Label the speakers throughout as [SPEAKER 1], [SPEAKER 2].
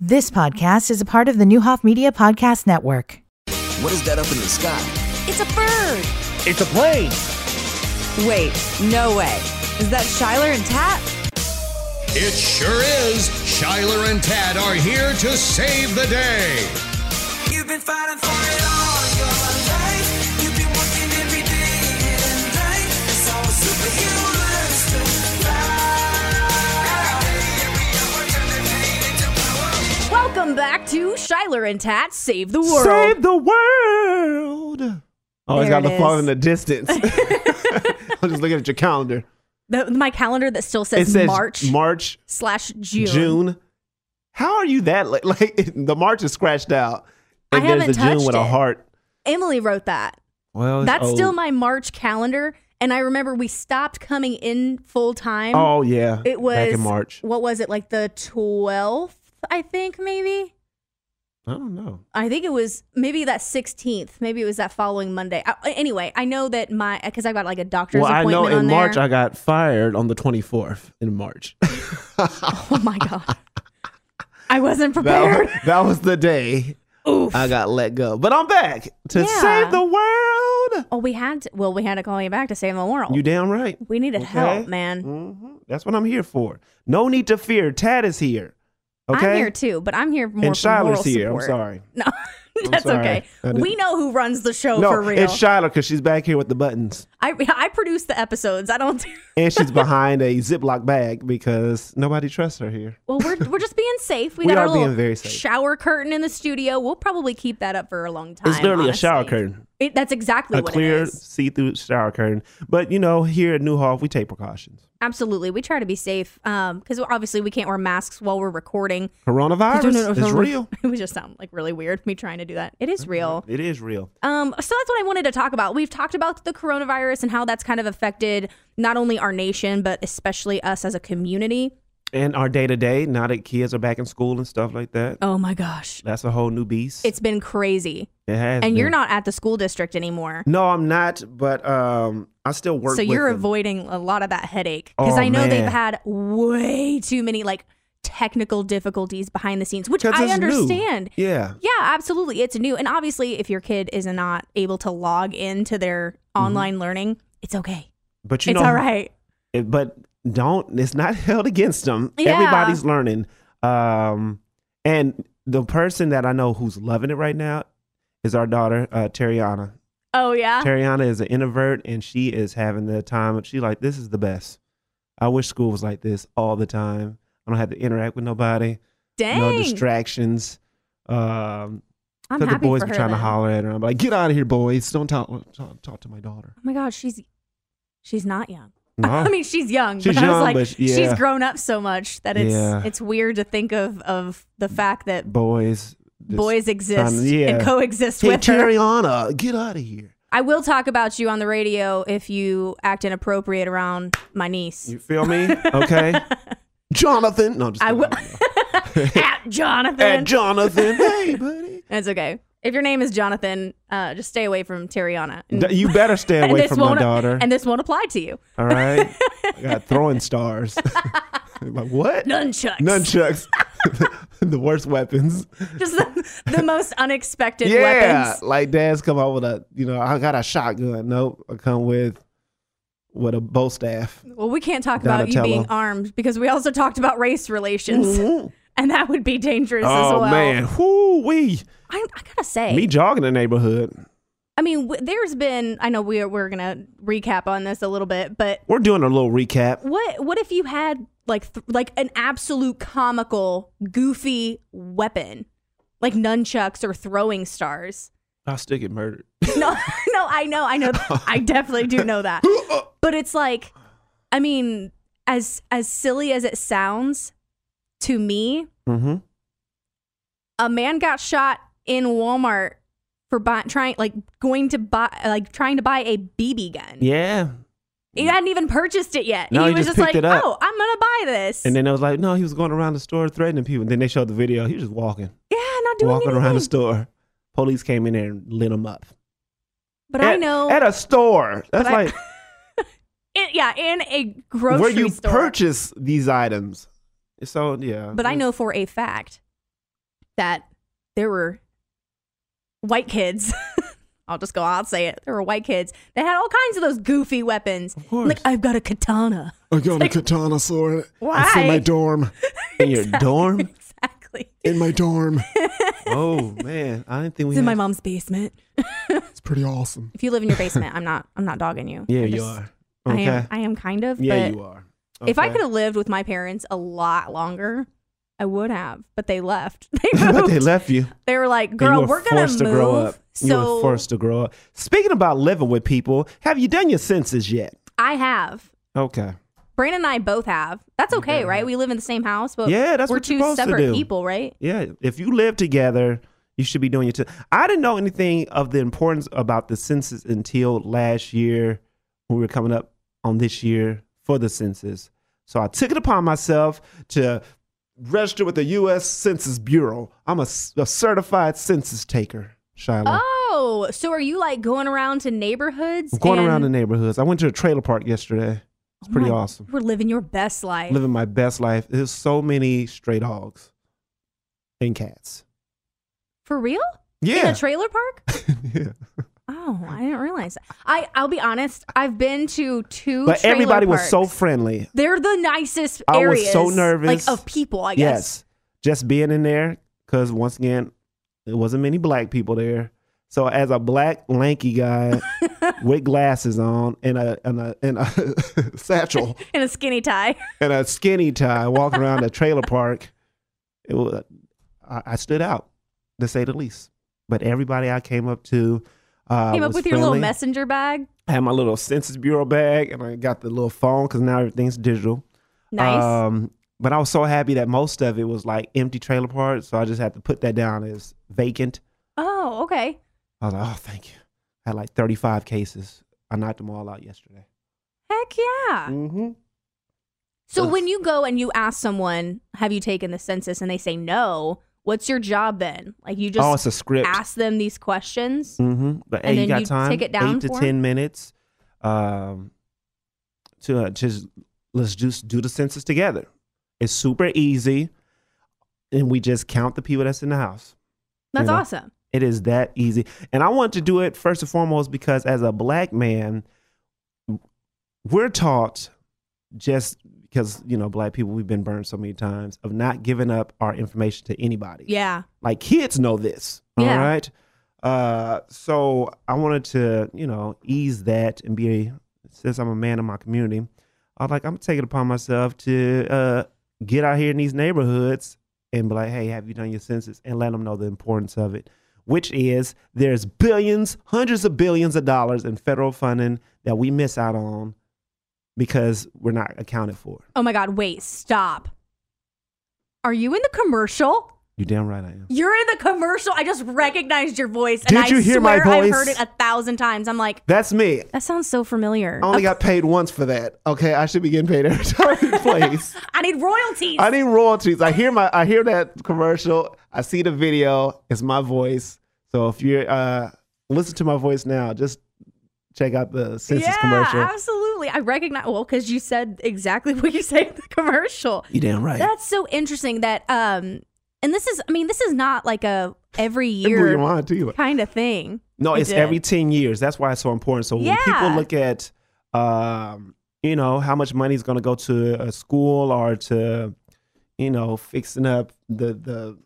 [SPEAKER 1] This podcast is a part of the Newhoff Media Podcast Network.
[SPEAKER 2] What is that up in the sky?
[SPEAKER 3] It's a bird.
[SPEAKER 4] It's a plane.
[SPEAKER 3] Wait, no way. Is that Shyler and Tat?
[SPEAKER 5] It sure is. Shyler and Tad are here to save the day.
[SPEAKER 6] You've been fighting for it all your life. You've been working every day and night. It's all superhumans to fly.
[SPEAKER 3] Welcome back to Shyler and Tat Save the World.
[SPEAKER 7] Save the world. Always
[SPEAKER 3] There
[SPEAKER 7] got the
[SPEAKER 3] it
[SPEAKER 7] phone
[SPEAKER 3] is.
[SPEAKER 7] in the distance. I'm just looking at your calendar.
[SPEAKER 3] The- my calendar that still
[SPEAKER 7] It
[SPEAKER 3] says,
[SPEAKER 7] says
[SPEAKER 3] March
[SPEAKER 7] March,
[SPEAKER 3] slash June.
[SPEAKER 7] June. How are you that late? Like the March is scratched out,
[SPEAKER 3] I
[SPEAKER 7] and there's
[SPEAKER 3] haven't
[SPEAKER 7] a June
[SPEAKER 3] touched
[SPEAKER 7] with a
[SPEAKER 3] it.
[SPEAKER 7] heart.
[SPEAKER 3] Emily wrote that.
[SPEAKER 7] Well, it's
[SPEAKER 3] That's
[SPEAKER 7] old.
[SPEAKER 3] still my March calendar. And I remember we stopped coming in full time.
[SPEAKER 7] Oh yeah,
[SPEAKER 3] it was
[SPEAKER 7] back in March.
[SPEAKER 3] What was it? Like the 12th, I think, maybe?
[SPEAKER 7] I don't know.
[SPEAKER 3] I think it was maybe that 16th. Maybe it was that following Monday. I, anyway, I know that my, because I got like a doctor's
[SPEAKER 7] well, I
[SPEAKER 3] appointment
[SPEAKER 7] know in
[SPEAKER 3] on
[SPEAKER 7] March
[SPEAKER 3] there.
[SPEAKER 7] I got fired on the 24th in March.
[SPEAKER 3] oh my God. I wasn't
[SPEAKER 7] that,
[SPEAKER 3] prepared.
[SPEAKER 7] was, that was the day I got let go. But I'm back to
[SPEAKER 3] Yeah.
[SPEAKER 7] save the world.
[SPEAKER 3] Oh, we had to. Well, we had to call you back to save the world.
[SPEAKER 7] You damn right.
[SPEAKER 3] we needed
[SPEAKER 7] Okay.
[SPEAKER 3] help, man.
[SPEAKER 7] hmm That's what I'm here for. No need to fear. Tad is here. Okay.
[SPEAKER 3] I'm here too, but I'm here more
[SPEAKER 7] and
[SPEAKER 3] for moral
[SPEAKER 7] Shyler's here.
[SPEAKER 3] support.
[SPEAKER 7] I'm sorry.
[SPEAKER 3] No, that's
[SPEAKER 7] sorry.
[SPEAKER 3] okay.
[SPEAKER 7] I didn't-
[SPEAKER 3] We know who runs the show Oh,
[SPEAKER 7] no,
[SPEAKER 3] for real.
[SPEAKER 7] it's Shyler because she's back here with the buttons,
[SPEAKER 3] I I produce the episodes. I don't.
[SPEAKER 7] and she's behind a Ziploc bag because nobody trusts her here.
[SPEAKER 3] Well, we're we're just being safe. We,
[SPEAKER 7] We
[SPEAKER 3] got our
[SPEAKER 7] are being
[SPEAKER 3] little
[SPEAKER 7] very safe.
[SPEAKER 3] shower curtain in the studio. We'll probably keep that up for a long time.
[SPEAKER 7] It's literally
[SPEAKER 3] honestly.
[SPEAKER 7] a shower curtain,
[SPEAKER 3] It, that's exactly
[SPEAKER 7] a
[SPEAKER 3] what it
[SPEAKER 7] clear,
[SPEAKER 3] is.
[SPEAKER 7] see-through shower curtain. But you know, here at Newhall, we take precautions.
[SPEAKER 3] Absolutely, we try to be safe because obviously we can't wear masks while we're recording.
[SPEAKER 7] Coronavirus is real. Mm-hmm.
[SPEAKER 3] It would just sound like really weird. Me trying to do that. It is real.
[SPEAKER 7] It is real.
[SPEAKER 3] Um, so that's what I wanted to talk about. We've talked about the coronavirus and how that's kind of affected not only our nation, but especially us as a community.
[SPEAKER 7] And our day to day, now that kids are back in school and stuff like that,
[SPEAKER 3] Oh my gosh.
[SPEAKER 7] that's a whole new beast.
[SPEAKER 3] It's been crazy.
[SPEAKER 7] it has
[SPEAKER 3] And you're
[SPEAKER 7] been.
[SPEAKER 3] not at the school district anymore.
[SPEAKER 7] No, I'm not. But um, I still work.
[SPEAKER 3] So you're
[SPEAKER 7] with them.
[SPEAKER 3] avoiding a lot of that headache. Because
[SPEAKER 7] Oh,
[SPEAKER 3] I know they've
[SPEAKER 7] man.
[SPEAKER 3] had way too many like technical difficulties behind the scenes, which
[SPEAKER 7] 'Cause
[SPEAKER 3] I
[SPEAKER 7] it's new.
[SPEAKER 3] understand.
[SPEAKER 7] Yeah.
[SPEAKER 3] Yeah, absolutely. It's new. And obviously, if your kid is not able to log into their
[SPEAKER 7] Mm-hmm.
[SPEAKER 3] online learning, it's okay.
[SPEAKER 7] But you
[SPEAKER 3] it's
[SPEAKER 7] know,
[SPEAKER 3] all right.
[SPEAKER 7] it- but don't. It's not held against them.
[SPEAKER 3] Yeah.
[SPEAKER 7] Everybody's learning. Um, and the person that I know who's loving it right now is our daughter, uh, Teriana.
[SPEAKER 3] Oh, yeah.
[SPEAKER 7] Teriana is an introvert, and she is having the time. She like this is the best. I wish school was like this all the time. I don't have to interact with nobody.
[SPEAKER 3] Dang.
[SPEAKER 7] No distractions. Um,
[SPEAKER 3] I'm
[SPEAKER 7] because
[SPEAKER 3] happy
[SPEAKER 7] the boys
[SPEAKER 3] for
[SPEAKER 7] be
[SPEAKER 3] her
[SPEAKER 7] trying
[SPEAKER 3] then.
[SPEAKER 7] to holler at her. I'm like, get out of here, boys! Don't talk, talk, talk to my daughter.
[SPEAKER 3] Oh my gosh, she's she's not young.
[SPEAKER 7] No.
[SPEAKER 3] I mean, she's young,
[SPEAKER 7] She's
[SPEAKER 3] but I was
[SPEAKER 7] young,
[SPEAKER 3] like,
[SPEAKER 7] but she-
[SPEAKER 3] she's
[SPEAKER 7] yeah.
[SPEAKER 3] grown up so much that it's
[SPEAKER 7] Yeah.
[SPEAKER 3] it's weird to think of of the fact that
[SPEAKER 7] boys, just
[SPEAKER 3] boys exist
[SPEAKER 7] trying to- yeah.
[SPEAKER 3] and coexist
[SPEAKER 7] Hey,
[SPEAKER 3] with her.
[SPEAKER 7] Tariana, get out of here.
[SPEAKER 3] I will talk about you on the radio if you act inappropriate around my niece.
[SPEAKER 7] You feel me? Okay. Jonathan. No, I'm just
[SPEAKER 3] I will.
[SPEAKER 7] kidding.
[SPEAKER 3] At Jonathan.
[SPEAKER 7] And Jonathan. hey, buddy.
[SPEAKER 3] That's okay. If your name is Jonathan, uh, just stay away from Tariana.
[SPEAKER 7] D- You better stay
[SPEAKER 3] And
[SPEAKER 7] away
[SPEAKER 3] this
[SPEAKER 7] from my
[SPEAKER 3] won't-
[SPEAKER 7] daughter.
[SPEAKER 3] And this won't apply to you.
[SPEAKER 7] All right. I got throwing stars. like, what?
[SPEAKER 3] Nunchucks.
[SPEAKER 7] Nunchucks. the worst weapons.
[SPEAKER 3] Just the, the most unexpected
[SPEAKER 7] yeah.
[SPEAKER 3] weapons.
[SPEAKER 7] Like, dad's come out with a, you know, I got a shotgun. Nope. I come with with a bow staff.
[SPEAKER 3] Well, we can't talk about you
[SPEAKER 7] Donatello.
[SPEAKER 3] being armed because we also talked about race relations,
[SPEAKER 7] Mhm.
[SPEAKER 3] and that would be dangerous as
[SPEAKER 7] Oh,
[SPEAKER 3] well.
[SPEAKER 7] man. Whoo, wee.
[SPEAKER 3] I, I gotta say,
[SPEAKER 7] Me jogging the neighborhood.
[SPEAKER 3] I mean, w- there's been. I know we're we're gonna recap on this a little bit, but
[SPEAKER 7] We're doing a little recap.
[SPEAKER 3] what what if you had like th- like an absolute comical, goofy weapon, like nunchucks or throwing stars?
[SPEAKER 7] I'll stick at murder.
[SPEAKER 3] No, no, I know, I know, I definitely do know that. But it's like, I mean, as as silly as it sounds to me,
[SPEAKER 7] Mm-hmm.
[SPEAKER 3] a man got shot in Walmart for buy, trying like going to buy like trying to buy a BB gun.
[SPEAKER 7] Yeah.
[SPEAKER 3] He hadn't even purchased it yet.
[SPEAKER 7] No,
[SPEAKER 3] he,
[SPEAKER 7] he
[SPEAKER 3] was
[SPEAKER 7] just
[SPEAKER 3] just like,
[SPEAKER 7] picked it up.
[SPEAKER 3] "Oh, I'm going to buy this."
[SPEAKER 7] And then I was like, no, he was going around the store threatening people. And then they showed the video. He was just walking,
[SPEAKER 3] yeah, not doing
[SPEAKER 7] walking
[SPEAKER 3] anything.
[SPEAKER 7] around the store. Police came in there and lit him up.
[SPEAKER 3] But
[SPEAKER 7] at,
[SPEAKER 3] I know
[SPEAKER 7] At a store. That's
[SPEAKER 3] I-
[SPEAKER 7] like
[SPEAKER 3] it- yeah, in a grocery
[SPEAKER 7] where you
[SPEAKER 3] store.
[SPEAKER 7] purchase these items. So, yeah.
[SPEAKER 3] but I know for a fact that there were white kids. I'll just go out and say it. There were white kids that had all kinds of those goofy weapons.
[SPEAKER 7] Of course.
[SPEAKER 3] Like I've got a katana.
[SPEAKER 4] I got a katana sword. It's in
[SPEAKER 3] Why?
[SPEAKER 4] my dorm.
[SPEAKER 7] in your dorm.
[SPEAKER 3] Exactly.
[SPEAKER 4] In my dorm.
[SPEAKER 7] Oh man, I didn't think we.
[SPEAKER 3] It's in
[SPEAKER 7] had-
[SPEAKER 3] my mom's basement.
[SPEAKER 4] It's pretty awesome.
[SPEAKER 3] If you live in your basement, I'm not I'm not dogging you.
[SPEAKER 7] Yeah,
[SPEAKER 3] I
[SPEAKER 7] you
[SPEAKER 3] just-
[SPEAKER 7] are.
[SPEAKER 3] I
[SPEAKER 7] Okay.
[SPEAKER 3] am I am kind of
[SPEAKER 7] yeah,
[SPEAKER 3] but
[SPEAKER 7] you are.
[SPEAKER 3] If I
[SPEAKER 7] Okay.
[SPEAKER 3] could have lived with my parents a lot longer, I would have. But they left. They
[SPEAKER 7] but
[SPEAKER 3] moved.
[SPEAKER 7] they
[SPEAKER 3] they,
[SPEAKER 7] left you.
[SPEAKER 3] were like,
[SPEAKER 7] and
[SPEAKER 3] "Girl,
[SPEAKER 7] you were
[SPEAKER 3] we're gonna
[SPEAKER 7] forced
[SPEAKER 3] move."
[SPEAKER 7] to grow up. you
[SPEAKER 3] So
[SPEAKER 7] were forced to grow up. Speaking about living with people, have you done your census yet?
[SPEAKER 3] I have.
[SPEAKER 7] Okay.
[SPEAKER 3] Brandon and I both have. That's okay, right? We live in the same house, but
[SPEAKER 7] Yeah, that's
[SPEAKER 3] we're
[SPEAKER 7] what you're
[SPEAKER 3] two
[SPEAKER 7] supposed to
[SPEAKER 3] separate
[SPEAKER 7] do.
[SPEAKER 3] people, right?
[SPEAKER 7] Yeah, if you live together, you should be doing your. T- I didn't know anything of the importance about the census until last year when we were coming up on this year for the census. So I took it upon myself to register with the U.S. Census Bureau. I'm a, s- a certified census taker, Shiloh.
[SPEAKER 3] Oh, so are you like going around to neighborhoods?
[SPEAKER 7] I'm going
[SPEAKER 3] and-
[SPEAKER 7] around the neighborhoods. I went to a trailer park yesterday. It's
[SPEAKER 3] Oh
[SPEAKER 7] pretty
[SPEAKER 3] my-
[SPEAKER 7] awesome.
[SPEAKER 3] We're living your best life.
[SPEAKER 7] Living my best life. There's so many stray dogs and cats.
[SPEAKER 3] For real?
[SPEAKER 7] Yeah.
[SPEAKER 3] In a trailer park?
[SPEAKER 7] yeah.
[SPEAKER 3] Oh, I didn't realize. that. I I'll be honest. I've been to two.
[SPEAKER 7] But
[SPEAKER 3] trailer
[SPEAKER 7] everybody was so
[SPEAKER 3] parks.
[SPEAKER 7] friendly.
[SPEAKER 3] They're the nicest
[SPEAKER 7] I
[SPEAKER 3] areas.
[SPEAKER 7] was so nervous.
[SPEAKER 3] like of people. I guess.
[SPEAKER 7] Yes. Just being in there, because once again, there wasn't many black people there. So as a black lanky guy with glasses on and a and a and a satchel
[SPEAKER 3] In a skinny tie.
[SPEAKER 7] and a skinny tie walking around a trailer park, it was, I, I stood out, to say the least. But everybody I came up to uh,
[SPEAKER 3] Came up
[SPEAKER 7] was
[SPEAKER 3] with your little
[SPEAKER 7] friendly.
[SPEAKER 3] messenger bag.
[SPEAKER 7] I had my little Census Bureau bag and I got the little phone because now everything's digital.
[SPEAKER 3] Nice.
[SPEAKER 7] Um, but I was so happy that most of it was like empty trailer parts, so I just had to put that down as vacant.
[SPEAKER 3] oh, okay.
[SPEAKER 7] I was like, oh, thank you. I had like 35 cases. I knocked them all out yesterday.
[SPEAKER 3] Heck yeah.
[SPEAKER 7] Mm-hmm.
[SPEAKER 3] So when you go and you ask someone, "Have you taken the census?" and they say no, what's your job then? Like you
[SPEAKER 7] Oh, it's
[SPEAKER 3] just
[SPEAKER 7] a script.
[SPEAKER 3] ask them these questions.
[SPEAKER 7] Mm-hmm. But
[SPEAKER 3] And
[SPEAKER 7] hey,
[SPEAKER 3] then
[SPEAKER 7] you got
[SPEAKER 3] you
[SPEAKER 7] time?
[SPEAKER 3] take it down
[SPEAKER 7] Eight to
[SPEAKER 3] for
[SPEAKER 7] 10 minutes. Um, to uh, just let's just do the census together. It's super easy, and we just count the people that's in the house.
[SPEAKER 3] That's
[SPEAKER 7] Yeah.
[SPEAKER 3] awesome.
[SPEAKER 7] It is that easy. And I want to do it first and foremost because as a black man, we're taught just because, you know, black people, we've been burned so many times of not giving up our information to anybody.
[SPEAKER 3] Yeah.
[SPEAKER 7] Like kids know this. All
[SPEAKER 3] Yeah.
[SPEAKER 7] right. Uh, so I wanted to, you know, ease that and be, since I'm a man in my community, I was like, I'm taking it upon myself to uh, get out here in these neighborhoods and be like, hey, have you done your census? And let them know the importance of it, which is there's billions, hundreds of billions of dollars in federal funding that we miss out on because we're not accounted for.
[SPEAKER 3] Oh my God. Wait. Stop. Are you in the commercial?
[SPEAKER 7] You damn right I am.
[SPEAKER 3] You're in the commercial. I just recognized your voice.
[SPEAKER 7] Did
[SPEAKER 3] and
[SPEAKER 7] you
[SPEAKER 3] I
[SPEAKER 7] hear my
[SPEAKER 3] swear I've
[SPEAKER 7] voice?
[SPEAKER 3] heard it a thousand times. I'm like,
[SPEAKER 7] That's me.
[SPEAKER 3] that sounds so familiar.
[SPEAKER 7] I only got paid once for that. Okay, I should be getting paid every time he plays.
[SPEAKER 3] I need royalties.
[SPEAKER 7] I need royalties. I hear my I hear that commercial. I see the video. It's my voice. So if you're uh listen to my voice now, just check out the census
[SPEAKER 3] yeah,
[SPEAKER 7] commercial.
[SPEAKER 3] absolutely. I recognize well because you said exactly what you say in the commercial.
[SPEAKER 7] you damn right.
[SPEAKER 3] That's so interesting. That um, and this is I mean this is not like a every
[SPEAKER 7] They blew your
[SPEAKER 3] year
[SPEAKER 7] mind, too.
[SPEAKER 3] kind of thing.
[SPEAKER 7] No,
[SPEAKER 3] It
[SPEAKER 7] it's
[SPEAKER 3] did.
[SPEAKER 7] every 10 years. That's why it's so important. So when people
[SPEAKER 3] Yeah.
[SPEAKER 7] look at, um, you know, how much money is going to go to a school or to, you know, fixing up the, the,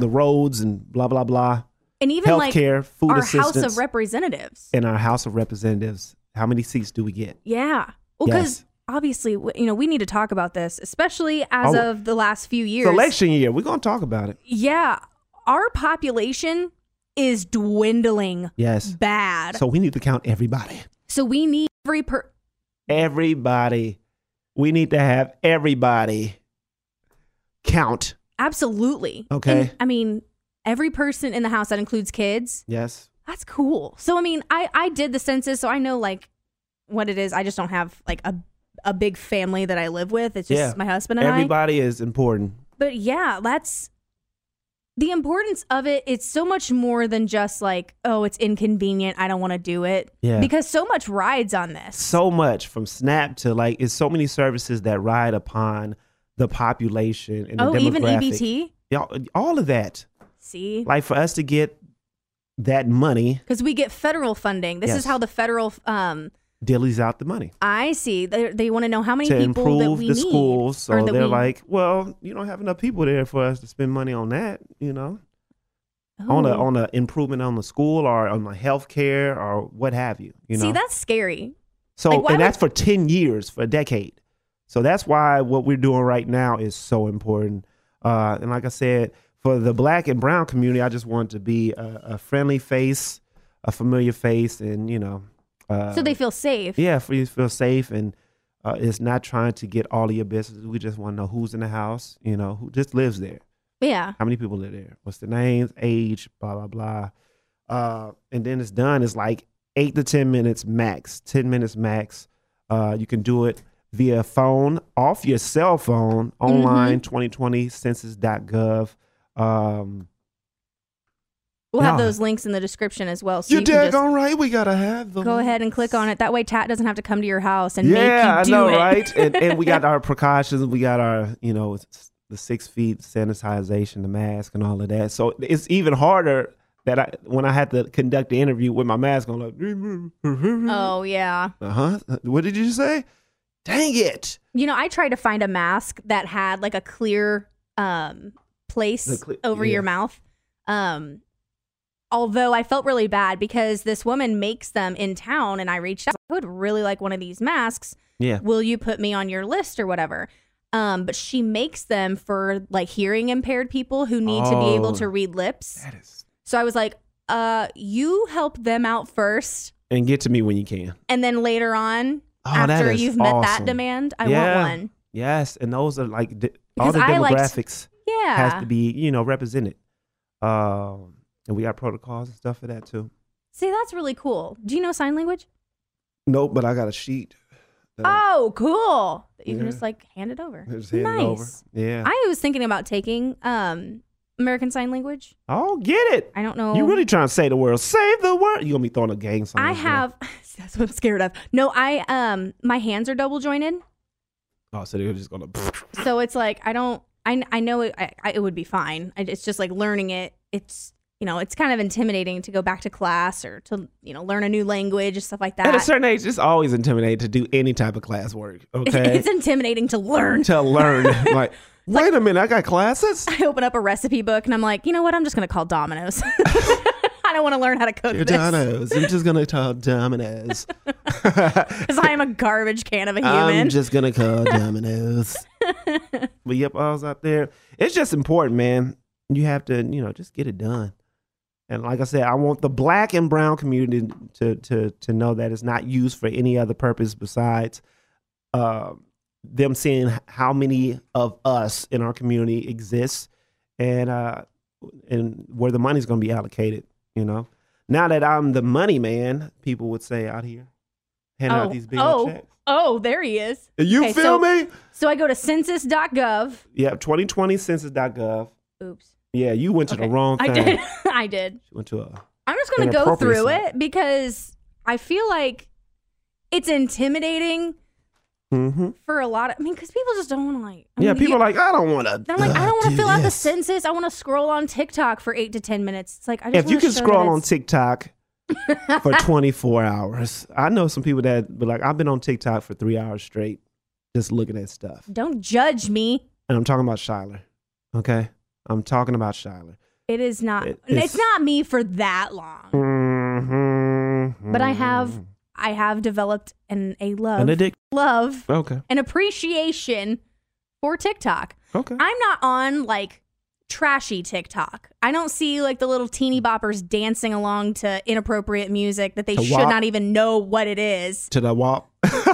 [SPEAKER 7] the roads and blah, blah, blah,
[SPEAKER 3] And even
[SPEAKER 7] healthcare,
[SPEAKER 3] like
[SPEAKER 7] food
[SPEAKER 3] our
[SPEAKER 7] assistance,
[SPEAKER 3] House of Representatives.
[SPEAKER 7] in our House of Representatives, how many seats do we get?
[SPEAKER 3] Yeah. Well, because
[SPEAKER 7] Yes.
[SPEAKER 3] obviously w- you know we need to talk about this, especially as
[SPEAKER 7] Oh.
[SPEAKER 3] of the last few years.
[SPEAKER 7] It's election year. We're going to talk about it.
[SPEAKER 3] Yeah, our population is dwindling
[SPEAKER 7] Yes.
[SPEAKER 3] bad.
[SPEAKER 7] So we need to count everybody.
[SPEAKER 3] So we need every per.
[SPEAKER 7] Everybody. We need to have everybody count.
[SPEAKER 3] Absolutely.
[SPEAKER 7] Okay.
[SPEAKER 3] And, I mean, every person in the house that includes kids.
[SPEAKER 7] Yes.
[SPEAKER 3] That's cool. So I mean, I I did the census, so I know like what it is. I just don't have like a a big family that I live with. It's just
[SPEAKER 7] Yeah.
[SPEAKER 3] my husband and I.
[SPEAKER 7] Everybody is important.
[SPEAKER 3] But yeah, that's the importance of it. It's so much more than just like, oh, it's inconvenient. I don't want to do it.
[SPEAKER 7] Yeah.
[SPEAKER 3] Because so much rides on this.
[SPEAKER 7] so much from Snap to like it's so many services that ride upon the population and
[SPEAKER 3] oh,
[SPEAKER 7] the demographic.
[SPEAKER 3] even EBT.
[SPEAKER 7] Yeah, all of that.
[SPEAKER 3] See?
[SPEAKER 7] Like for us to get that money,
[SPEAKER 3] Because we get federal funding. This
[SPEAKER 7] Yes.
[SPEAKER 3] is how the federal. Um,
[SPEAKER 7] dillies out the money
[SPEAKER 3] I see. They, they want to know how many
[SPEAKER 7] to
[SPEAKER 3] people that
[SPEAKER 7] improve
[SPEAKER 3] we
[SPEAKER 7] the
[SPEAKER 3] need.
[SPEAKER 7] schools.
[SPEAKER 3] or
[SPEAKER 7] So
[SPEAKER 3] that
[SPEAKER 7] they're
[SPEAKER 3] we-
[SPEAKER 7] like, well, you don't have enough people there for us to spend money on that. You know, on a
[SPEAKER 3] Oh.
[SPEAKER 7] on a improvement on the school or on the healthcare or what have you. You know,
[SPEAKER 3] See, that's scary.
[SPEAKER 7] So,
[SPEAKER 3] Like, why
[SPEAKER 7] and
[SPEAKER 3] would-
[SPEAKER 7] that's for 10 years, for a decade. So that's why what we're doing right now is so important. Uh, and like I said, for the black and brown community, I just want to be a, a friendly face, a familiar face, and, you know. Uh,
[SPEAKER 3] so they feel safe.
[SPEAKER 7] Yeah, for you to feel safe. And uh, it's not trying to get all of your business. We just want to know who's in the house, you know, who just lives there.
[SPEAKER 3] Yeah.
[SPEAKER 7] How many people live there? What's the names, age, blah, blah, blah. Uh, and then it's done. It's like eight to 10 minutes max, 10 minutes max. Uh, you can do it via phone, off your cell phone,
[SPEAKER 3] Mm-hmm.
[SPEAKER 7] online, 2020 census.gov. Um,
[SPEAKER 3] We'll have
[SPEAKER 7] Yeah.
[SPEAKER 3] those links in the description as well. So
[SPEAKER 7] you're
[SPEAKER 3] you can
[SPEAKER 7] dead
[SPEAKER 3] just
[SPEAKER 7] on right. We got to have them.
[SPEAKER 3] go ahead and click on it. That way, Tat doesn't have to come to your house and
[SPEAKER 7] yeah,
[SPEAKER 3] make you
[SPEAKER 7] I
[SPEAKER 3] do
[SPEAKER 7] know,
[SPEAKER 3] it.
[SPEAKER 7] right? and, and we got our precautions. We got our, you know, s- the six feet sanitization, the mask, and all of that. So it's even harder that I when I had to conduct the interview with my mask on, like,
[SPEAKER 3] oh yeah.
[SPEAKER 7] uh huh. What did you say? Dang it!
[SPEAKER 3] You know, I tried to find a mask that had like a clear um place
[SPEAKER 7] The cle-
[SPEAKER 3] over
[SPEAKER 7] yeah.
[SPEAKER 3] your mouth. Um although I felt really bad because this woman makes them in town and I reached out, I would really like one of these masks.
[SPEAKER 7] Yeah.
[SPEAKER 3] Will you put me on your list or whatever? Um, but she makes them for like hearing impaired people who need to be able
[SPEAKER 7] Oh.
[SPEAKER 3] to read lips. That is so I was like, uh, you help them out first
[SPEAKER 7] And get to me when you can.
[SPEAKER 3] and then later on
[SPEAKER 7] Oh, that
[SPEAKER 3] after
[SPEAKER 7] is
[SPEAKER 3] you've met that
[SPEAKER 7] awesome.
[SPEAKER 3] demand, I
[SPEAKER 7] Yeah.
[SPEAKER 3] want one.
[SPEAKER 7] Yes, and those are like the, all
[SPEAKER 3] Because
[SPEAKER 7] the
[SPEAKER 3] I liked-
[SPEAKER 7] demographics
[SPEAKER 3] Yeah.
[SPEAKER 7] has to be you know represented. Um, and we got protocols and stuff for that too.
[SPEAKER 3] See, that's really cool. Do you know sign language?
[SPEAKER 7] Nope, but I got a sheet. that I-
[SPEAKER 3] Oh, cool. You can
[SPEAKER 7] Yeah.
[SPEAKER 3] just like hand it over.
[SPEAKER 7] Just hand
[SPEAKER 3] nice.
[SPEAKER 7] it over. Yeah.
[SPEAKER 3] I was thinking about taking um American Sign Language.
[SPEAKER 7] oh, get it.
[SPEAKER 3] I don't know.
[SPEAKER 7] You really trying to save the world? Save the world? You gonna be throwing a gang sign?
[SPEAKER 3] I
[SPEAKER 7] as well.
[SPEAKER 3] have that's what I'm scared of. No, I um my hands are double jointed.
[SPEAKER 7] Oh, so they're just gonna.
[SPEAKER 3] So it's like I don't I I know it I, I, it would be fine. I, it's just like learning it. It's you know, it's kind of intimidating to go back to class or to you know learn a new language and stuff like that.
[SPEAKER 7] At a certain age, it's always intimidating to do any type of classwork.
[SPEAKER 3] It's-
[SPEAKER 7] Okay.
[SPEAKER 3] it's intimidating to learn.
[SPEAKER 7] to learn. like, wait a minute, I got classes.
[SPEAKER 3] I open up a recipe book and I'm like, you know what? I'm just going to call Domino's. I don't want to learn how to cook
[SPEAKER 7] You're
[SPEAKER 3] this
[SPEAKER 7] Dominoes. I'm just gonna call Dominoes.
[SPEAKER 3] because I am a garbage can of a
[SPEAKER 7] I'm
[SPEAKER 3] human.
[SPEAKER 7] just gonna call Dominoes. but yep, I was out there. It's just important, man. You have to, you know, just get it done. And like I said, I want the black and brown community to to to know that it's not used for any other purpose besides uh, them seeing how many of us in our community exists and uh, and where the money's going to be allocated. You know, now that I'm the money man, people would say out here, handing out
[SPEAKER 3] oh,
[SPEAKER 7] these big old
[SPEAKER 3] oh,
[SPEAKER 7] checks.
[SPEAKER 3] oh, there he is.
[SPEAKER 7] You
[SPEAKER 3] Okay,
[SPEAKER 7] feel
[SPEAKER 3] so-
[SPEAKER 7] me?
[SPEAKER 3] So I go to census.gov.
[SPEAKER 7] Yeah, 2020 census.gov.
[SPEAKER 3] Oops.
[SPEAKER 7] Yeah, you went to
[SPEAKER 3] Okay.
[SPEAKER 7] the wrong
[SPEAKER 3] I
[SPEAKER 7] thing.
[SPEAKER 3] did. I did.
[SPEAKER 7] She went to a.
[SPEAKER 3] I'm just going to go
[SPEAKER 7] Inappropriate
[SPEAKER 3] through
[SPEAKER 7] side.
[SPEAKER 3] it because I feel like it's intimidating
[SPEAKER 7] Mm-hmm.
[SPEAKER 3] for a lot of, I mean, because people just don't want to like. I
[SPEAKER 7] Yeah,
[SPEAKER 3] mean,
[SPEAKER 7] people
[SPEAKER 3] you-
[SPEAKER 7] are like, I don't want to.
[SPEAKER 3] They're like, I don't want to fill out the census. I want to scroll on TikTok for eight to 10 minutes. It's like, I just
[SPEAKER 7] If you
[SPEAKER 3] wanna
[SPEAKER 7] can
[SPEAKER 3] show that
[SPEAKER 7] scroll on
[SPEAKER 3] it's-
[SPEAKER 7] TikTok for 24 hours, I know some people that be like, I've been on TikTok for three hours straight, just looking at stuff.
[SPEAKER 3] Don't judge me.
[SPEAKER 7] And I'm talking about Shiler. Okay, I'm talking about Shiler.
[SPEAKER 3] It is not.
[SPEAKER 7] It-
[SPEAKER 3] it's,
[SPEAKER 7] it's-
[SPEAKER 3] not me for that long.
[SPEAKER 7] Mm-hmm.
[SPEAKER 3] But I have, I have developed an a love,
[SPEAKER 7] an addict.
[SPEAKER 3] love,
[SPEAKER 7] Okay,
[SPEAKER 3] an appreciation for TikTok.
[SPEAKER 7] okay.
[SPEAKER 3] I'm not on like trashy TikTok. I don't see like the little teeny boppers dancing along to inappropriate music that they
[SPEAKER 7] To
[SPEAKER 3] should
[SPEAKER 7] WAP?
[SPEAKER 3] not even know what it is.
[SPEAKER 7] to the WAP.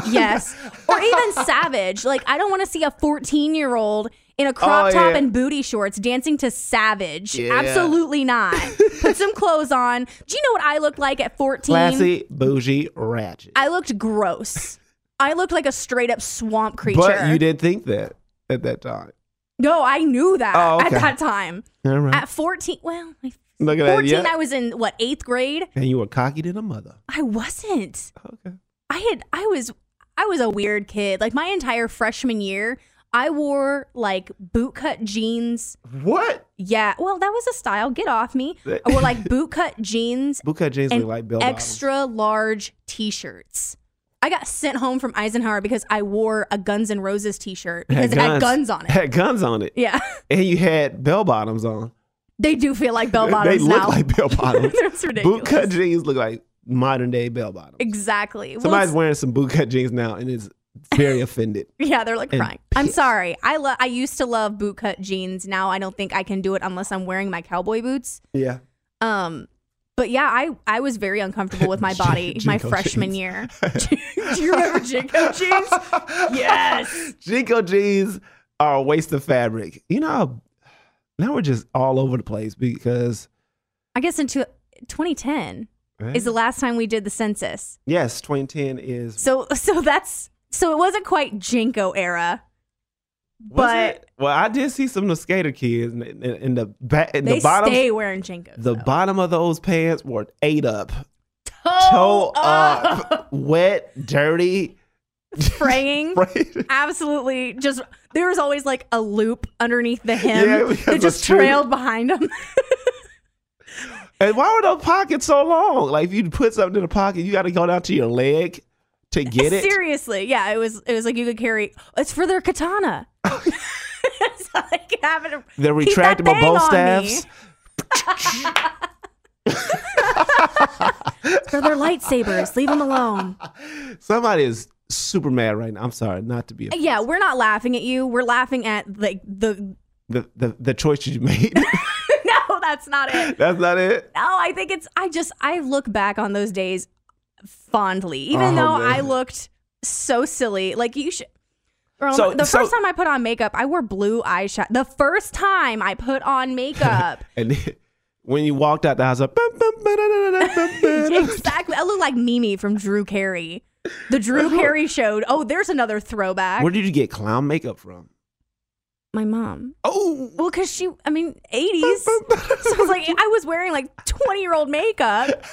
[SPEAKER 3] Yes, or even savage. Like I don't want to see a 14 year old in a crop
[SPEAKER 7] Oh,
[SPEAKER 3] top
[SPEAKER 7] yeah.
[SPEAKER 3] and booty shorts dancing to savage. Absolutely not. Put some clothes on. Do you know what I looked like at 14?
[SPEAKER 7] Classy, bougie, ratchet.
[SPEAKER 3] I looked gross. I looked like a straight up swamp creature.
[SPEAKER 7] But you didn't think that at that time.
[SPEAKER 3] No, I knew that
[SPEAKER 7] Oh, okay. Uh-huh.
[SPEAKER 3] at that time.
[SPEAKER 7] All right.
[SPEAKER 3] At 14, well, I-
[SPEAKER 7] Look
[SPEAKER 3] 14,
[SPEAKER 7] at that. Yeah.
[SPEAKER 3] I was in what eighth grade.
[SPEAKER 7] and you were cocky than a mother.
[SPEAKER 3] I wasn't.
[SPEAKER 7] Okay.
[SPEAKER 3] I had I was I was a weird kid. Like my entire freshman year, I wore like bootcut jeans.
[SPEAKER 7] What?
[SPEAKER 3] Yeah, well, that was a style. Get off me. I wore like bootcut jeans
[SPEAKER 7] Bootcut jeans
[SPEAKER 3] and
[SPEAKER 7] look like Bill
[SPEAKER 3] extra large t-shirts. I got sent home from Eisenhower because I wore a Guns N' Roses t-shirt because it had guns on it.
[SPEAKER 7] Had guns on it.
[SPEAKER 3] Yeah,
[SPEAKER 7] And you had bell bottoms on.
[SPEAKER 3] they do feel like bell
[SPEAKER 7] they
[SPEAKER 3] bottoms
[SPEAKER 7] look
[SPEAKER 3] now.
[SPEAKER 7] like bell bottoms.
[SPEAKER 3] That's ridiculous.
[SPEAKER 7] bootcut jeans look like modern day bell bottoms.
[SPEAKER 3] Exactly. Well,
[SPEAKER 7] Somebody's
[SPEAKER 3] it's-
[SPEAKER 7] wearing some bootcut jeans now and is very offended.
[SPEAKER 3] yeah, they're like
[SPEAKER 7] and
[SPEAKER 3] crying. I'm
[SPEAKER 7] pissed.
[SPEAKER 3] sorry. I lo- I used to love bootcut jeans. Now I don't think I can do it unless I'm wearing my cowboy boots.
[SPEAKER 7] Yeah.
[SPEAKER 3] Um, but yeah, I I was very uncomfortable with my body my
[SPEAKER 7] Jinko
[SPEAKER 3] freshman
[SPEAKER 7] jeans.
[SPEAKER 3] year. do you remember Jinko jeans? Yes.
[SPEAKER 7] Jinko jeans are a waste of fabric. You know, how- now we're just all over the place because.
[SPEAKER 3] I guess in two- 2010
[SPEAKER 7] Eh?
[SPEAKER 3] is the last time we did the census.
[SPEAKER 7] Yes, 2010 is.
[SPEAKER 3] So so that's so it wasn't quite Jinko era.
[SPEAKER 7] was
[SPEAKER 3] But
[SPEAKER 7] it? Well, I did see some of the skater kids in, in, in the back, in
[SPEAKER 3] they
[SPEAKER 7] the bottom.
[SPEAKER 3] stay wearing Jinkos.
[SPEAKER 7] The
[SPEAKER 3] though.
[SPEAKER 7] bottom of those pants were ate up,
[SPEAKER 3] toe Oh,
[SPEAKER 7] toe up, wet, dirty.
[SPEAKER 3] fraying.
[SPEAKER 7] Right?
[SPEAKER 3] absolutely just there was always like a loop underneath the hem
[SPEAKER 7] Yeah, because
[SPEAKER 3] that
[SPEAKER 7] of
[SPEAKER 3] just
[SPEAKER 7] shoes.
[SPEAKER 3] trailed behind him.
[SPEAKER 7] And why were those pockets so long? Like if you put something in the pocket, you got to go down to your leg to get it.
[SPEAKER 3] Seriously, yeah, it was it was like you could carry. It's for their katana. it's like having a,
[SPEAKER 7] They're
[SPEAKER 3] keep that
[SPEAKER 7] retractable
[SPEAKER 3] thing
[SPEAKER 7] bow
[SPEAKER 3] on me.
[SPEAKER 7] staffs.
[SPEAKER 3] It's for their lightsabers. Leave them alone.
[SPEAKER 7] Somebody is super mad right now. I'm sorry, not to be a,
[SPEAKER 3] Yeah, we're not laughing at you. We're laughing at like the.
[SPEAKER 7] the, the the choice you made.
[SPEAKER 3] No, that's not it.
[SPEAKER 7] That's not it.
[SPEAKER 3] No, I think it's. I just I look back on those days fondly, even
[SPEAKER 7] Oh,
[SPEAKER 3] though
[SPEAKER 7] man.
[SPEAKER 3] I looked so silly. Like you should. Girl,
[SPEAKER 7] So-
[SPEAKER 3] the
[SPEAKER 7] so-
[SPEAKER 3] first time I put on makeup, I wore blue eyeshadow. The first time I put on makeup,
[SPEAKER 7] And then when you walked out the house, like, bum, bum, ba, da, da, da, da, bum, bum.
[SPEAKER 3] exactly. I looked like Mimi from Drew Carey. The Drew Carey showed. Oh, there's another throwback.
[SPEAKER 7] where did you get clown makeup from?
[SPEAKER 3] My mom.
[SPEAKER 7] Oh,
[SPEAKER 3] Well, because she, I mean, 80s. so it was like I was wearing like 20 year old makeup.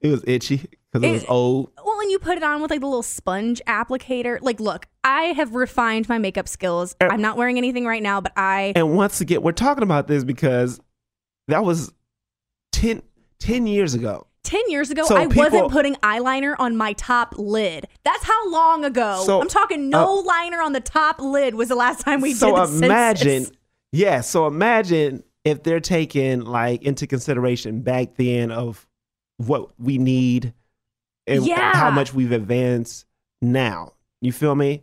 [SPEAKER 7] it was itchy because it, was
[SPEAKER 3] It-
[SPEAKER 7] old.
[SPEAKER 3] Well, and you put it on with like the little sponge applicator. Like, look, I have refined my makeup skills.
[SPEAKER 7] Uh,
[SPEAKER 3] I'm not wearing anything right now, but I
[SPEAKER 7] And once again, we're talking about this because that was 10, 10 years ago.
[SPEAKER 3] ten years ago
[SPEAKER 7] So
[SPEAKER 3] I
[SPEAKER 7] people-
[SPEAKER 3] wasn't putting eyeliner on my top lid. That's how long ago.
[SPEAKER 7] So, uh,
[SPEAKER 3] I'm talking no liner on the top lid was the last time we
[SPEAKER 7] so
[SPEAKER 3] did the census.
[SPEAKER 7] imagine, yeah. So imagine if they're taking like into consideration back then of what we need and
[SPEAKER 3] Yeah.
[SPEAKER 7] how much we've advanced now. You feel me?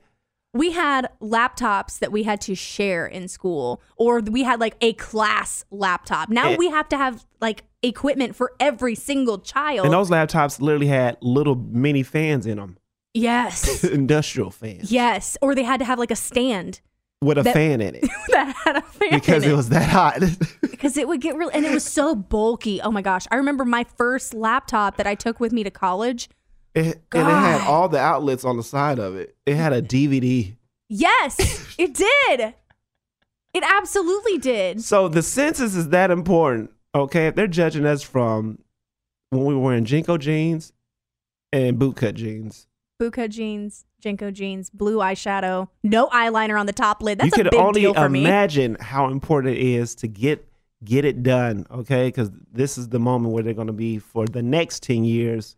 [SPEAKER 3] we had laptops that we had to share in school, or we had like a class laptop. Now
[SPEAKER 7] Eh.
[SPEAKER 3] we have to have like equipment for every single child.
[SPEAKER 7] And those laptops literally had little mini fans in them,
[SPEAKER 3] yes.
[SPEAKER 7] industrial fans
[SPEAKER 3] Yes, or they had to have like a stand
[SPEAKER 7] with a
[SPEAKER 3] That-
[SPEAKER 7] fan in it
[SPEAKER 3] that had a fan
[SPEAKER 7] because
[SPEAKER 3] in
[SPEAKER 7] it was that hot.
[SPEAKER 3] because it would get real and it was so bulky. Oh my gosh, I remember my first laptop that I took with me to college.
[SPEAKER 7] It- and it had
[SPEAKER 3] God.
[SPEAKER 7] all the outlets on the side of it. It had a DVD.
[SPEAKER 3] Yes, it did. It absolutely did.
[SPEAKER 7] So the census is that important, okay? If they're judging us from when we were wearing Jinko jeans and bootcut jeans,
[SPEAKER 3] Buka jeans, Jenko jeans, blue eyeshadow, no eyeliner on the top lid. That's
[SPEAKER 7] you
[SPEAKER 3] a
[SPEAKER 7] could
[SPEAKER 3] big
[SPEAKER 7] only
[SPEAKER 3] deal for me.
[SPEAKER 7] imagine how important it is to get get it done, okay? Because this is the moment where they're going to be for the next ten years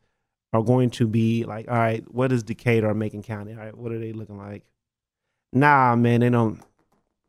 [SPEAKER 7] are going to be like, all right, what is Decatur or Macon County? All right, what are they looking like? Nah, man, they don't.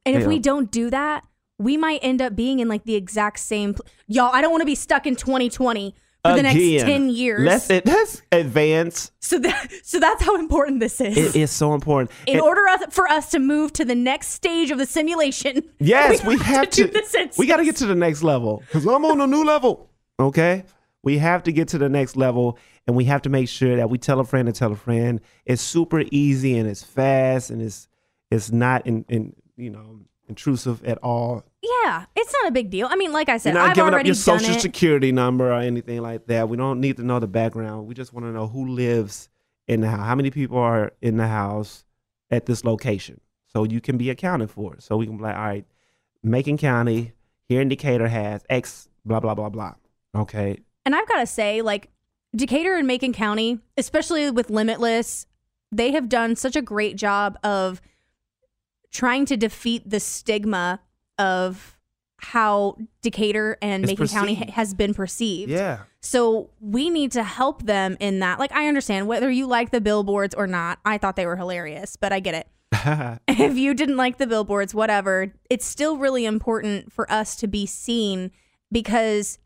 [SPEAKER 3] And if
[SPEAKER 7] Yeah.
[SPEAKER 3] we don't do that, we might end up being in like the exact same. Pl- Y'all, I don't want to be stuck in 2020 for the next
[SPEAKER 7] Again,
[SPEAKER 3] 10 years.
[SPEAKER 7] Let's let's advance.
[SPEAKER 3] so that so that's how important this is.
[SPEAKER 7] It is so important.
[SPEAKER 3] in
[SPEAKER 7] And-
[SPEAKER 3] order us- for us to move to the next stage of the simulation.
[SPEAKER 7] Yes, we, have to.
[SPEAKER 3] do the census.
[SPEAKER 7] we got to get to the next level because I'm on a new level. Okay, we have to get to the next level, and we have to make sure that we tell a friend to tell a friend. It's super easy and it's fast and it's it's not in, in you know intrusive at all.
[SPEAKER 3] Yeah, it's not a big deal. I mean, like I said,
[SPEAKER 7] You're not
[SPEAKER 3] I've
[SPEAKER 7] giving up
[SPEAKER 3] already
[SPEAKER 7] your
[SPEAKER 3] done
[SPEAKER 7] social
[SPEAKER 3] it.
[SPEAKER 7] security number or anything like that. We don't need to know the background. We just want to know who lives in the house. How many people are in the house at this location? So you can be accounted for. So we can be like, all right, Macon County, here in Decatur has X, blah, blah, blah, blah. Okay.
[SPEAKER 3] and I've got to say, like Decatur and Macon County, especially with Limitless, they have done such a great job of trying to defeat the stigma of how Decatur and
[SPEAKER 7] It's
[SPEAKER 3] Macon County ha-
[SPEAKER 7] perceived.
[SPEAKER 3] has been perceived.
[SPEAKER 7] Yeah.
[SPEAKER 3] So we need to help them in that. Like I understand whether you like the billboards or not. I thought they were hilarious, but I get it. if you didn't like the billboards, whatever, it's still really important for us to be seen because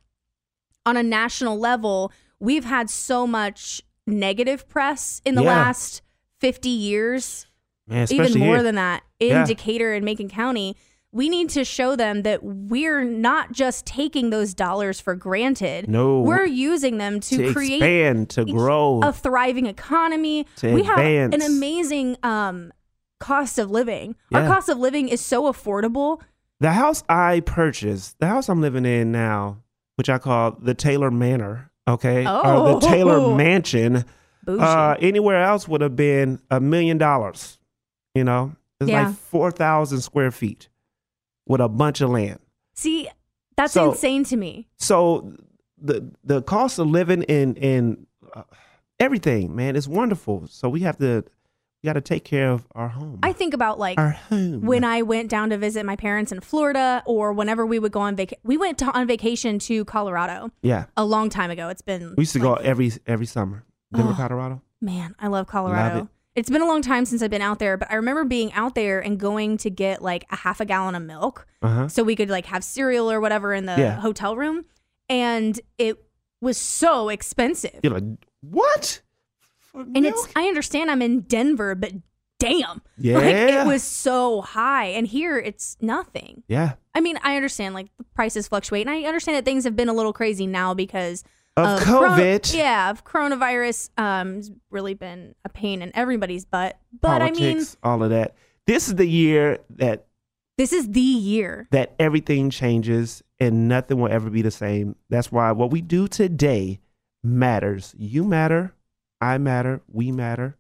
[SPEAKER 3] on a national level, we've had so much negative press in the
[SPEAKER 7] Yeah.
[SPEAKER 3] last 50 years,
[SPEAKER 7] Man,
[SPEAKER 3] even
[SPEAKER 7] especially
[SPEAKER 3] more
[SPEAKER 7] here.
[SPEAKER 3] than that, in
[SPEAKER 7] Yeah.
[SPEAKER 3] Decatur and Macon County. We need to show them that we're not just taking those dollars for granted.
[SPEAKER 7] No.
[SPEAKER 3] We're using them to,
[SPEAKER 7] to
[SPEAKER 3] create
[SPEAKER 7] expand, to grow.
[SPEAKER 3] a thriving economy.
[SPEAKER 7] To
[SPEAKER 3] we have an
[SPEAKER 7] advance.
[SPEAKER 3] amazing um, cost of living. Our
[SPEAKER 7] Yeah.
[SPEAKER 3] cost of living is so affordable.
[SPEAKER 7] the house I purchased, the house I'm living in now, which I call the Taylor Manor, okay, or
[SPEAKER 3] Oh.
[SPEAKER 7] the Taylor Mansion,
[SPEAKER 3] Bougie.
[SPEAKER 7] uh, anywhere else would have been a million dollars. You know, it's
[SPEAKER 3] Yeah.
[SPEAKER 7] like 4,000 square feet with a bunch of land.
[SPEAKER 3] See, that's
[SPEAKER 7] so-
[SPEAKER 3] insane to me.
[SPEAKER 7] So the the cost of living in in uh, everything, man, is wonderful. So we have to we got to take care of our home.
[SPEAKER 3] I think about like
[SPEAKER 7] our home.
[SPEAKER 3] when I went down to visit my parents in Florida, or whenever we would go on vacation. We went to, on vacation to Colorado
[SPEAKER 7] yeah,
[SPEAKER 3] a long time ago. It's been
[SPEAKER 7] we used to go
[SPEAKER 3] like,
[SPEAKER 7] every every summer. Denver,
[SPEAKER 3] Oh.
[SPEAKER 7] Colorado.
[SPEAKER 3] Man, I love Colorado.
[SPEAKER 7] Love it.
[SPEAKER 3] It's been a long time since I've been out there, but I remember being out there and going to get like a half a gallon of milk
[SPEAKER 7] Uh huh.
[SPEAKER 3] so we could like have cereal or whatever in the
[SPEAKER 7] Yeah.
[SPEAKER 3] hotel room and it was so expensive
[SPEAKER 7] You're like what? For
[SPEAKER 3] and
[SPEAKER 7] milk?
[SPEAKER 3] it's i understand i'm in denver but damn
[SPEAKER 7] yeah,
[SPEAKER 3] like it was so high and here it's nothing
[SPEAKER 7] yeah.
[SPEAKER 3] i mean i understand like the prices fluctuate and i understand that things have been a little crazy now because
[SPEAKER 7] Of
[SPEAKER 3] coro-
[SPEAKER 7] COVID.
[SPEAKER 3] yeah of coronavirus um has really been a pain in everybody's butt but
[SPEAKER 7] Politics,
[SPEAKER 3] i mean
[SPEAKER 7] all of that. This is the year that
[SPEAKER 3] this is the year
[SPEAKER 7] that everything changes and nothing will ever be the same. That's why what we do today matters. You matter, I matter, we matter.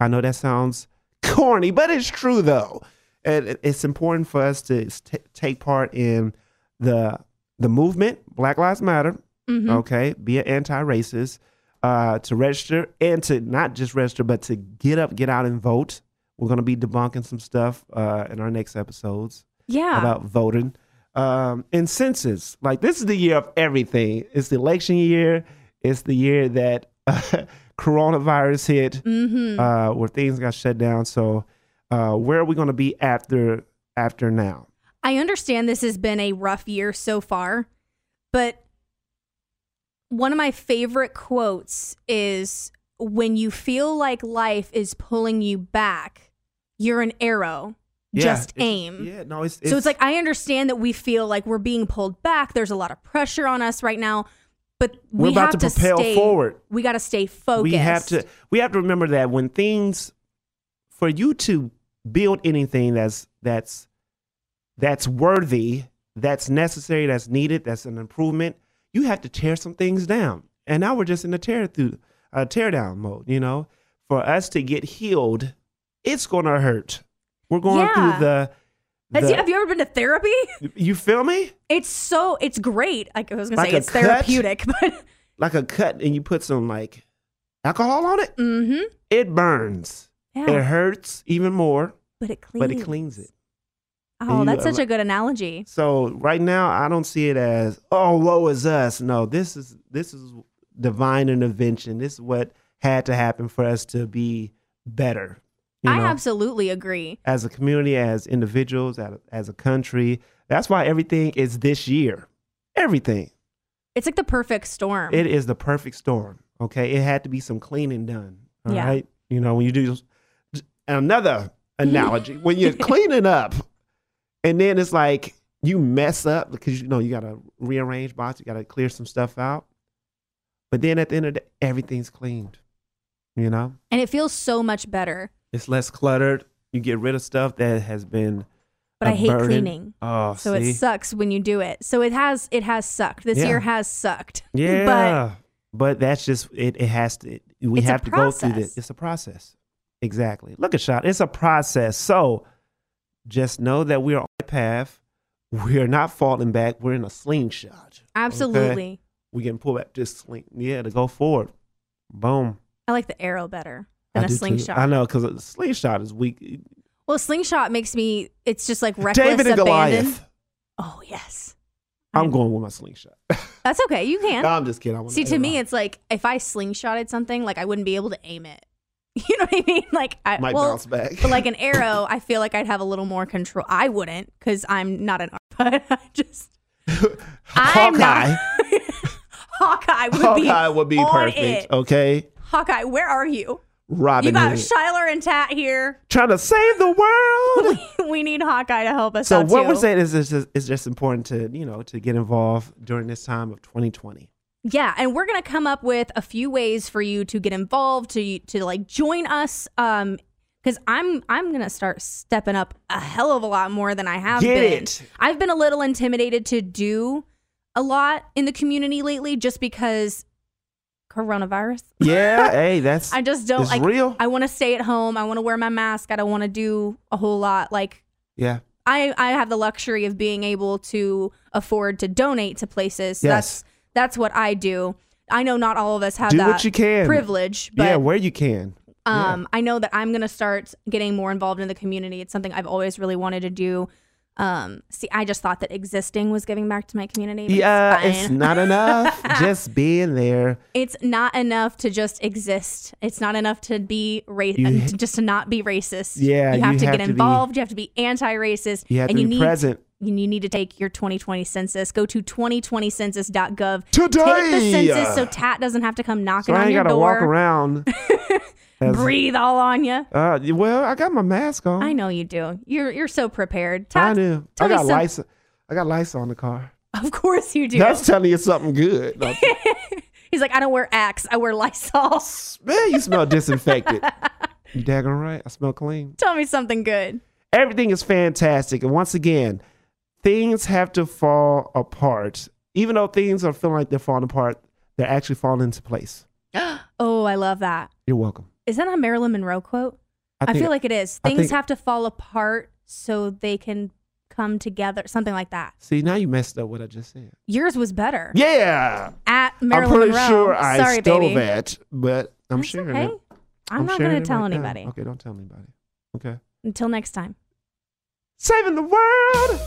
[SPEAKER 7] I know that sounds corny, but it's true though. And it- it's important for us to t- take part in the the movement, Black Lives Matter,
[SPEAKER 3] Mhm.
[SPEAKER 7] okay? Be an anti-racist, uh, to register and to not just register, but to get up, get out and vote. We're going to be debunking some stuff uh, in our next episodes
[SPEAKER 3] yeah
[SPEAKER 7] about voting. Um, and census, like this is the year of everything. It's the election year. It's the year that coronavirus hit,
[SPEAKER 3] mm-hmm.
[SPEAKER 7] uh, where things got shut down. So, uh, where are we going to be after after now?
[SPEAKER 3] I understand this has been a rough year so far, but one of my favorite quotes is when you feel like life is pulling you back, you're an arrow. just
[SPEAKER 7] it's-
[SPEAKER 3] aim.
[SPEAKER 7] Yeah, no, it's,
[SPEAKER 3] so it's like I understand that we feel like we're being pulled back. There's a lot of pressure on us right now, but
[SPEAKER 7] We're
[SPEAKER 3] we
[SPEAKER 7] about
[SPEAKER 3] have
[SPEAKER 7] to propel
[SPEAKER 3] stay,
[SPEAKER 7] forward.
[SPEAKER 3] We got to stay focused.
[SPEAKER 7] we have to we have to remember that when things for you to build anything that's that's that's worthy that's necessary that's needed that's an improvement you have to tear some things down and now we're just in a tear through uh, tear down mode you know for us to get healed it's gonna hurt we're going
[SPEAKER 3] Yeah.
[SPEAKER 7] through the,
[SPEAKER 3] Has
[SPEAKER 7] the-
[SPEAKER 3] you- have you ever been to therapy?
[SPEAKER 7] you feel me
[SPEAKER 3] It's so it's great. Like I was gonna
[SPEAKER 7] Like
[SPEAKER 3] say,
[SPEAKER 7] a
[SPEAKER 3] it's
[SPEAKER 7] cut?
[SPEAKER 3] therapeutic, but
[SPEAKER 7] like a cut and you put some like alcohol on it
[SPEAKER 3] mm-hmm.
[SPEAKER 7] it burns
[SPEAKER 3] yeah.
[SPEAKER 7] it hurts even more
[SPEAKER 3] but it cleans.
[SPEAKER 7] but it cleans it
[SPEAKER 3] Oh,
[SPEAKER 7] You-
[SPEAKER 3] that's
[SPEAKER 7] uh,
[SPEAKER 3] such a good analogy.
[SPEAKER 7] So right now, I don't see it as oh woe is us. No, this is this is divine intervention. This is what had to happen for us to be better. You
[SPEAKER 3] I
[SPEAKER 7] know,
[SPEAKER 3] absolutely agree.
[SPEAKER 7] as a community, as individuals, as as a country. That's why everything is this year. Everything.
[SPEAKER 3] It's like the perfect storm.
[SPEAKER 7] It is the perfect storm. Okay, it had to be some cleaning done. all right.
[SPEAKER 3] Yeah.
[SPEAKER 7] you know when you do another analogy when you're cleaning up, and then it's like you mess up because you know you gotta rearrange box, you gotta clear some stuff out, but then at the end of the day, everything's cleaned. You know,
[SPEAKER 3] and it feels so much better.
[SPEAKER 7] it's less cluttered. You get rid of stuff that has been.
[SPEAKER 3] But
[SPEAKER 7] I
[SPEAKER 3] I hate cleaning.
[SPEAKER 7] Oh,
[SPEAKER 3] So
[SPEAKER 7] see?
[SPEAKER 3] it sucks when you do it. So it has it has sucked. This
[SPEAKER 7] Yeah.
[SPEAKER 3] year has sucked.
[SPEAKER 7] Yeah.
[SPEAKER 3] But
[SPEAKER 7] But, that's just it, it has to we
[SPEAKER 3] It's a
[SPEAKER 7] have to go through
[SPEAKER 3] process.
[SPEAKER 7] this. It's a process. Exactly. Look at shot. It's a process. So just know that we are on a path. We are not falling back. We're in a slingshot.
[SPEAKER 3] absolutely.
[SPEAKER 7] We can pull back this sling. Yeah, to go forward. Boom.
[SPEAKER 3] I like the arrow better
[SPEAKER 7] I
[SPEAKER 3] than a
[SPEAKER 7] do too.
[SPEAKER 3] slingshot.
[SPEAKER 7] I know because a slingshot is weak.
[SPEAKER 3] Well, slingshot makes me. It's just like reckless
[SPEAKER 7] David and
[SPEAKER 3] abandon.
[SPEAKER 7] Goliath.
[SPEAKER 3] Oh yes,
[SPEAKER 7] I'm going with my slingshot.
[SPEAKER 3] that's okay. You can
[SPEAKER 7] No, I'm just kidding. I wanna-
[SPEAKER 3] see. To me, it's like if I slingshotted something, like I wouldn't be able to aim it. You know what I mean? Like I
[SPEAKER 7] might
[SPEAKER 3] well,
[SPEAKER 7] bounce back.
[SPEAKER 3] but like an arrow, I feel like I'd have a little more control. I wouldn't because I'm not an. But I just I'm not-
[SPEAKER 7] Hawkeye.
[SPEAKER 3] Hawkeye would be.
[SPEAKER 7] Hawkeye would be
[SPEAKER 3] on
[SPEAKER 7] perfect.
[SPEAKER 3] it.
[SPEAKER 7] Oh. Okay,
[SPEAKER 3] Hawkeye, where are you?
[SPEAKER 7] Robin
[SPEAKER 3] you got
[SPEAKER 7] Hood.
[SPEAKER 3] Shiler and Tat here.
[SPEAKER 7] trying to save the world.
[SPEAKER 3] we need Hawkeye to help us
[SPEAKER 7] so
[SPEAKER 3] out
[SPEAKER 7] what
[SPEAKER 3] too.
[SPEAKER 7] we're saying is, is just, it's just important to you know to get involved during this time of 2020.
[SPEAKER 3] Yeah, and we're gonna come up with a few ways for you to get involved, to to like join us, um, because I'm I'm gonna start stepping up a hell of a lot more than I have
[SPEAKER 7] Get
[SPEAKER 3] been.
[SPEAKER 7] it.
[SPEAKER 3] I've been a little intimidated to do a lot in the community lately, just because coronavirus.
[SPEAKER 7] Yeah, hey, that's
[SPEAKER 3] I just don't
[SPEAKER 7] it's
[SPEAKER 3] like.
[SPEAKER 7] real.
[SPEAKER 3] I want to stay at home. I want to wear my mask. I don't want to do a whole lot. Like
[SPEAKER 7] yeah,
[SPEAKER 3] I I have the luxury of being able to afford to donate to places. So
[SPEAKER 7] Yes.
[SPEAKER 3] That's that's what I do. I know not all of us have
[SPEAKER 7] do
[SPEAKER 3] that
[SPEAKER 7] what you can.
[SPEAKER 3] privilege, but
[SPEAKER 7] yeah, where you can.
[SPEAKER 3] um I know that I'm going to start getting more involved in the community. It's something I've always really wanted to do. Um see I just thought that existing was giving back to my community. but
[SPEAKER 7] Yeah,
[SPEAKER 3] it's,
[SPEAKER 7] it's
[SPEAKER 3] fine.
[SPEAKER 7] not enough. just being there.
[SPEAKER 3] It's not enough to just exist. It's not enough to be ra-
[SPEAKER 7] You-
[SPEAKER 3] uh, to just to not be racist.
[SPEAKER 7] Yeah,
[SPEAKER 3] you have
[SPEAKER 7] you
[SPEAKER 3] to
[SPEAKER 7] have
[SPEAKER 3] get
[SPEAKER 7] to be-
[SPEAKER 3] involved. you have to be anti-racist.
[SPEAKER 7] You have
[SPEAKER 3] and
[SPEAKER 7] to
[SPEAKER 3] you
[SPEAKER 7] be
[SPEAKER 3] need
[SPEAKER 7] present.
[SPEAKER 3] and you need to take your 2020 census. Go to 2020census.gov.
[SPEAKER 7] Today!
[SPEAKER 3] Take the census so Tat doesn't have to come
[SPEAKER 7] So
[SPEAKER 3] knocking
[SPEAKER 7] I
[SPEAKER 3] on
[SPEAKER 7] ain't
[SPEAKER 3] your
[SPEAKER 7] gotta
[SPEAKER 3] door.
[SPEAKER 7] walk around. as-
[SPEAKER 3] Breathe all on you.
[SPEAKER 7] Uh, well, I got my mask on.
[SPEAKER 3] I know you do. You're you're so prepared.
[SPEAKER 7] I
[SPEAKER 3] Tat,
[SPEAKER 7] knew.
[SPEAKER 3] tell
[SPEAKER 7] I
[SPEAKER 3] me
[SPEAKER 7] got
[SPEAKER 3] some-
[SPEAKER 7] lights. I got lights on the car.
[SPEAKER 3] of course you do.
[SPEAKER 7] That's telling you something good. No,
[SPEAKER 3] He's like, I don't wear Axe. I wear Lysol.
[SPEAKER 7] man, you smell disinfected. You daggone right. I smell clean.
[SPEAKER 3] tell me something good.
[SPEAKER 7] Everything is fantastic. And once again, things have to fall apart. Even though things are feeling like they're falling apart, they're actually falling into place.
[SPEAKER 3] Oh, I love that.
[SPEAKER 7] You're welcome.
[SPEAKER 3] Is that a Marilyn Monroe quote? I,
[SPEAKER 7] think-
[SPEAKER 3] feel like it is.
[SPEAKER 7] I
[SPEAKER 3] Things
[SPEAKER 7] think-
[SPEAKER 3] have to fall apart so they can come together. Something like that.
[SPEAKER 7] See, now you messed up what I just said.
[SPEAKER 3] Yours was better.
[SPEAKER 7] Yeah.
[SPEAKER 3] At Marilyn
[SPEAKER 7] I'm pretty
[SPEAKER 3] Monroe.
[SPEAKER 7] sure I
[SPEAKER 3] Sorry,
[SPEAKER 7] stole
[SPEAKER 3] baby.
[SPEAKER 7] that, but I'm
[SPEAKER 3] That's
[SPEAKER 7] sharing
[SPEAKER 3] okay.
[SPEAKER 7] it.
[SPEAKER 3] I'm, not
[SPEAKER 7] sharing
[SPEAKER 3] going
[SPEAKER 7] it
[SPEAKER 3] to tell
[SPEAKER 7] right now.
[SPEAKER 3] anybody
[SPEAKER 7] Okay, don't tell anybody. Okay.
[SPEAKER 3] until next time.
[SPEAKER 7] Saving the world.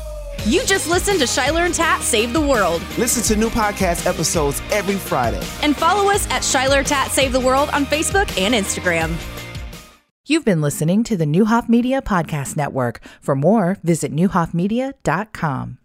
[SPEAKER 3] You just listened to Shiler and Tat Save the World
[SPEAKER 2] Listen to new podcast episodes every Friday.
[SPEAKER 3] and follow us at Shiler Tat Save the World on Facebook and Instagram.
[SPEAKER 1] You've been listening to the Newhoff Media Podcast Network. For more, visit newhoffmedia.com.